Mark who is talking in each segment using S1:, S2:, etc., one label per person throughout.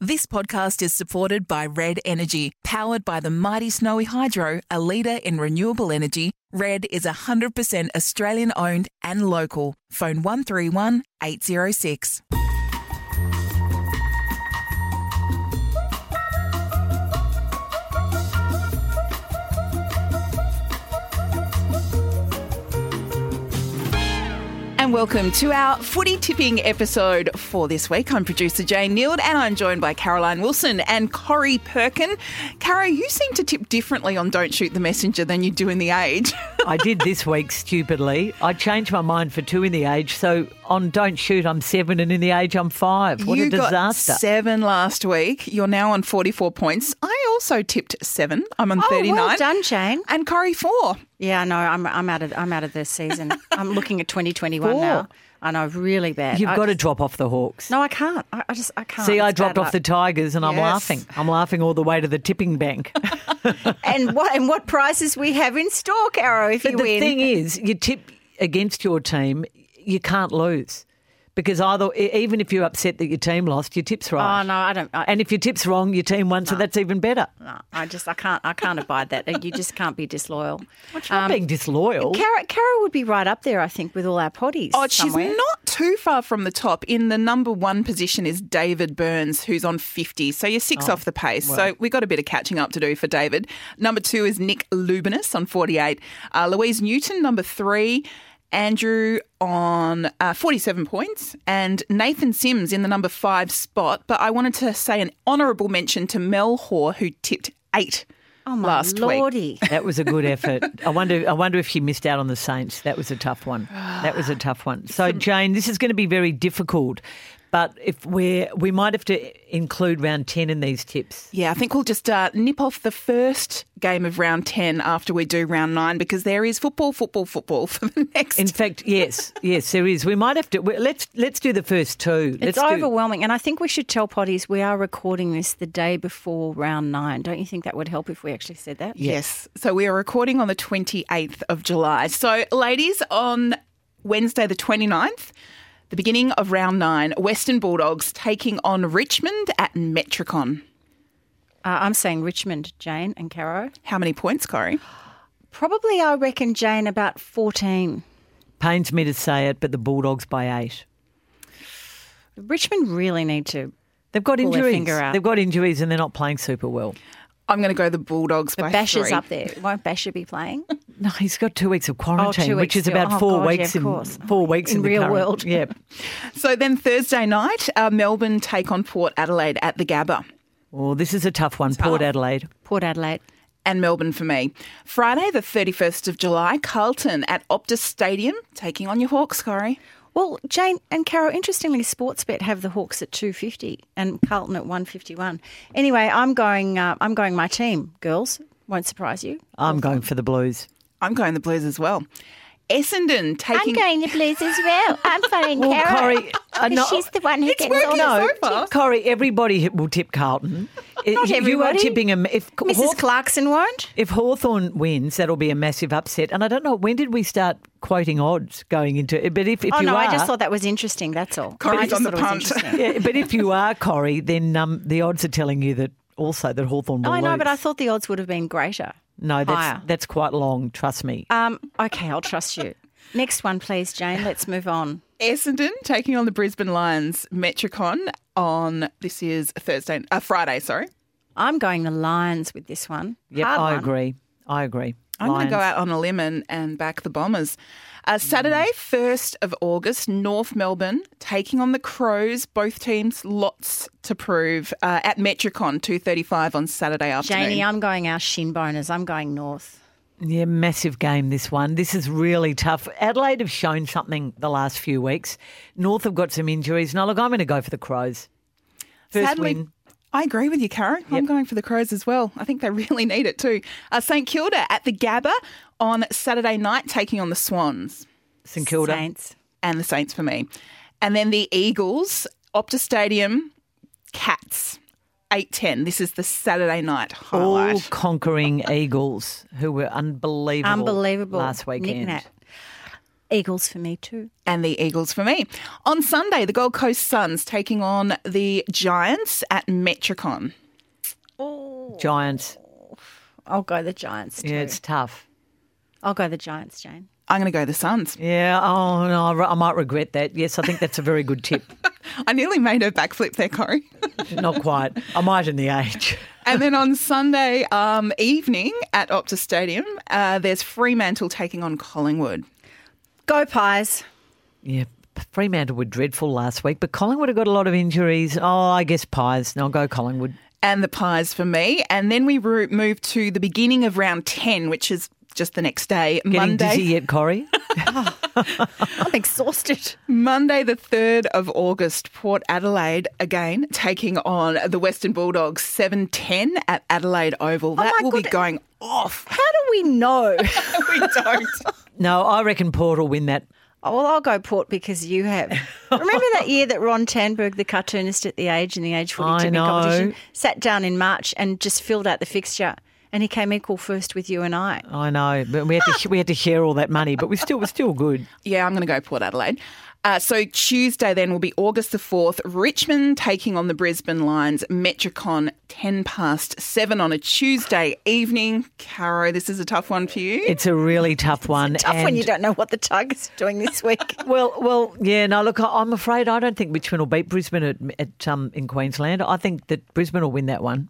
S1: This podcast is supported by Red Energy, powered by the mighty Snowy Hydro, a leader in renewable energy. Red is 100% Australian owned and local. Phone 131 806. And welcome to our footy tipping episode for this week. I'm producer Jane Neild and I'm joined by Caroline Wilson and Corey Perkin. Caro, you seem to tip differently on Don't Shoot the Messenger than you do in The Age.
S2: I did this week stupidly. I changed my mind for two in the age. So on Don't Shoot, I'm seven, and in the age, I'm five. What
S1: you
S2: a disaster.
S1: got seven last week. You're now on 44 points. I also tipped seven. I'm on
S3: Oh,
S1: 39.
S3: well done, Shane.
S1: And Corey, four.
S3: Yeah, no, I'm I'm out of I'm out of this season. I'm looking at 2021 now. I know, really bad.
S2: You've
S3: I,
S2: got to drop off the Hawks.
S3: No, I can't. I, I just I can't.
S2: See, I
S3: It's
S2: dropped
S3: bad
S2: off the
S3: luck.
S2: Tigers and I'm
S1: Yes.
S2: laughing. I'm laughing all the way to the tipping bank.
S3: and what and what prizes we have in store, Caro? If
S2: But
S3: you
S2: the
S3: win,
S2: thing is, you tip against your team, you can't lose. Because either, e, even if you're upset that your team lost, your tip's right.
S3: oh no, I don't. I,
S2: And if your tip's wrong, your team won, so that's even better.
S3: no, I just I can't I can't abide that. You just can't be disloyal. Um,
S2: It's not being disloyal.
S3: Caro, Caro would be right up there, I think, with all our potties.
S1: Oh, she's
S3: somewhere.
S1: not too far from the top. In the number one position is David Burns, who's on 50. So you're six
S3: Oh,
S1: off the pace. So we got a bit of catching up to do for David. Number two is Nick Lubinus on 48. Uh, Louise Newton, number three. Andrew on uh, 47 points and Nathan Sims in the number five spot. But I wanted to say an honourable mention to Mel Hoare, who tipped eight
S3: Oh my
S1: last week.
S3: lordy.
S2: That was a good effort. I wonder. I wonder if she missed out on the Saints. That was a tough one. That was a tough one. So Jane, this is going to be very difficult. But if we're, we might have to include round ten in these tips.
S1: Yeah, I think we'll just uh, nip off the first game of round 10 after we do round 9 because there is football, football, football for the next.
S2: In fact, yes, yes, there is. We might have to. we- Let's let's do the first two. Let's
S3: It's
S2: do-
S3: overwhelming, and I think we should tell potties we are recording this the day before round nine. Don't you think that would help if we actually said that?
S1: yes. So we are recording on the 28th of July. So, ladies, on Wednesday, the 29th, the beginning of round 9, Western Bulldogs taking on Richmond at Metricon.
S3: Uh, I'm saying Richmond, Jane and Caro.
S1: How many points, Corey?
S3: Probably, I reckon, Jane, about 14.
S2: Pains me to say it, but the Bulldogs by eight.
S3: Richmond really need to.
S2: They've got
S3: Pull their
S2: injuries.
S3: finger out.
S2: They've got injuries, and they're not playing super well.
S1: I'm going to go the Bulldogs by
S3: Basher's
S1: three.
S3: up there. Won't Basher be playing?
S2: No, he's got two weeks of quarantine, which
S3: weeks
S2: is
S3: still.
S2: about
S3: Oh,
S2: four
S3: God, yeah,
S2: weeks in
S3: of course.
S2: four weeks in,
S3: In
S2: the
S3: real
S2: current-
S3: world.
S2: Yeah,
S1: So then Thursday night, uh, Melbourne take on Port Adelaide at the Gabba.
S2: Well, Oh, this is a tough one. Port Adelaide.
S3: Port Adelaide.
S1: and Melbourne for me. Friday, the 31st of July, Carlton at Optus Stadium, taking on your Hawks, Corey.
S3: Well, Jane and Caro, interestingly, Sportsbet have the Hawks at 250 and Carlton at 151. Anyway, I'm going. Uh, I'm going my team, girls. Won't surprise you.
S2: I'm going for the Blues.
S1: I'm going the Blues as well. Essendon taking.
S3: the Blues as well. I'm following
S2: Well, Corey, uh, no,
S3: one who
S1: It's gets all working the so tips. far.
S2: Corey, everybody hi- will tip Carlton. Not you, you are
S3: everybody.
S2: tipping him. If
S3: Mrs.
S2: Hawth-
S3: Clarkson won't.
S2: if Hawthorn wins, that'll be a massive upset. And I don't know when did we start quoting odds going into it. But if, if
S3: Oh
S2: you
S3: no,
S2: are,
S3: I just thought that was interesting. That's all.
S1: Corey's
S3: I just
S1: on the
S3: thought it was
S1: punt.
S3: interesting.
S2: yeah, but if you are Corey, then um, the odds are telling you that also that Hawthorn will
S3: I know,
S2: lose.
S3: but I thought the odds would have been greater.
S2: no, that's
S3: higher.
S2: that's quite long. Trust me.
S3: Um, okay, I'll trust you. Next one, please, Jane. Let's move on.
S1: Essendon taking on the Brisbane Lions, Metricon on this is Thursday, uh, Friday, sorry.
S3: I'm going the Lions with this one.
S2: Yep,
S3: Hard
S2: I
S3: one.
S2: agree. I agree.
S1: I'm going to go
S2: Lions.
S1: out on a limb and, and back the Bombers. Uh, Saturday, 1st of August, North Melbourne taking on the Crows. Both teams lots to prove uh, at Metricon, 2.35 on Saturday afternoon.
S3: Janie, I'm going our shin boners. I'm going north.
S2: Yeah, massive game this one. This is really tough. Adelaide have shown something the last few weeks. North have got some injuries. Now, look, I'm going to go for the Crows. First
S1: Sadly,
S2: win.
S1: I agree with you, Karen. I'm going for the Crows as well. I think they really need it too. Uh, St Kilda at the Gabba on Saturday night, taking on the Swans
S2: St Kilda.
S3: Saints.
S1: and the Saints for me. And then the Eagles, Optus Stadium, Cats, 8.10. This is the Saturday night
S2: All
S1: highlight.
S2: conquering Eagles, who were unbelievable,
S3: Unbelievable.
S2: last weekend.
S3: Knick-knack. Eagles for me too.
S1: and the Eagles for me. On Sunday, the Gold Coast Suns taking on the Giants at Metricon.
S2: Giants.
S3: I'll go the Giants too.
S2: Yeah, it's tough.
S3: I'll go the Giants, Jane.
S1: I'm going to go the Suns.
S2: Yeah. Oh no, I re- I might regret that. Yes, I think that's a very good tip.
S1: I nearly made her backflip there, Corey.
S2: Not quite. I might in the age.
S1: and then on Sunday um, evening at Optus Stadium, uh, there's Fremantle taking on Collingwood.
S3: Go Pies.
S2: Yeah. Fremantle were dreadful last week, but Collingwood have got a lot of injuries. Oh, I guess Pies. No, I'll go Collingwood.
S1: and the pies for me. And then we ro- move to the beginning of round 10, which is just the next day,
S2: Getting
S1: Monday,
S2: dizzy yet, Corrie?
S3: I'm exhausted.
S1: Monday the 3rd of August, Port Adelaide again taking on the Western Bulldogs 7:10 at Adelaide
S2: Oh
S1: Oval. that
S3: my
S1: will be
S3: goodness.
S1: going off.
S3: How do we know?
S1: we don't.
S2: No, I reckon Port will win that.
S3: Oh, well, I'll go Port because you have. Remember that year that Ron Tanberg, the cartoonist at The Age and The Age 42
S2: I
S3: big
S2: know.
S3: competition, sat down in March and just filled out the fixture and he came equal first with you and I.
S2: I know, but we had to we had to share all that money, but we still we're still good.
S1: yeah, I'm going to go Port Adelaide. Uh, so Tuesday then will be August the 4th, Richmond taking on the Brisbane Lions, Metricon 10 past 7 on a Tuesday evening. Caro, this is a tough one for you.
S2: It's a really tough one.
S3: Tough when
S2: and-
S3: you don't know what the Tigers are doing this week.
S2: Well, well, yeah. No, look, I- I'm afraid I don't think Richmond will beat Brisbane at, at um, in Queensland. I think that Brisbane will win that one.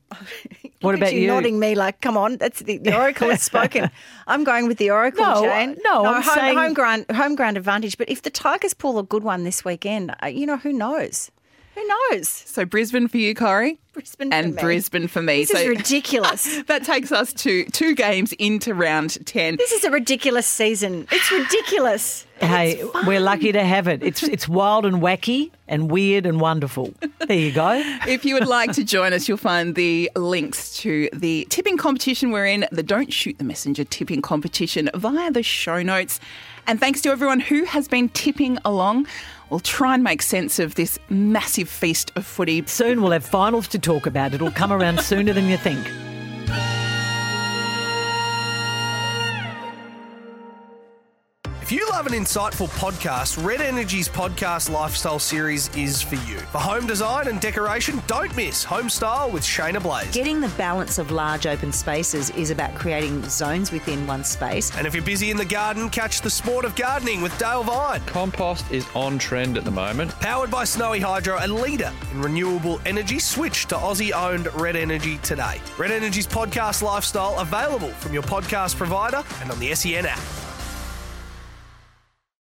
S2: what
S3: Look
S2: about
S3: at you? Nodding me like, come on, that's the, the oracle has spoken. I'm going with the oracle,
S2: No,
S3: Jane.
S2: no, I'm
S3: home,
S2: saying-
S3: home ground, home ground advantage. But if the Tigers pull a good one this weekend, uh, you know who knows? Who knows?
S1: So Brisbane for you, Corey.
S3: Brisbane for
S1: and
S3: me.
S1: Brisbane for me.
S3: This
S1: so
S3: is ridiculous.
S1: that takes us to two games into round ten.
S3: this is a ridiculous season. It's ridiculous.
S2: Hey, we're lucky to have it. It's it's wild and wacky and weird and wonderful. There you go.
S1: If you would like to join us, you'll find the links to the tipping competition we're in, the Don't Shoot the Messenger tipping competition, via the show notes. And thanks to everyone who has been tipping along. We'll try and make sense of this massive feast of footy.
S2: Soon we'll have finals to talk about. It'll come around sooner than you think.
S4: If you love an insightful podcast, Red Energy's podcast lifestyle series is for you. For home design and decoration, don't miss Home Style with Shayna Blaze.
S5: Getting the balance of large open spaces is about creating zones within one space.
S4: and if you're busy in the garden, catch the sport of gardening with Dale Vine.
S6: Compost is on trend at the moment.
S4: Powered by Snowy Hydro, a leader in renewable energy, switch to Aussie owned Red Energy today. Red Energy's podcast lifestyle available from your podcast provider and on the SEN app.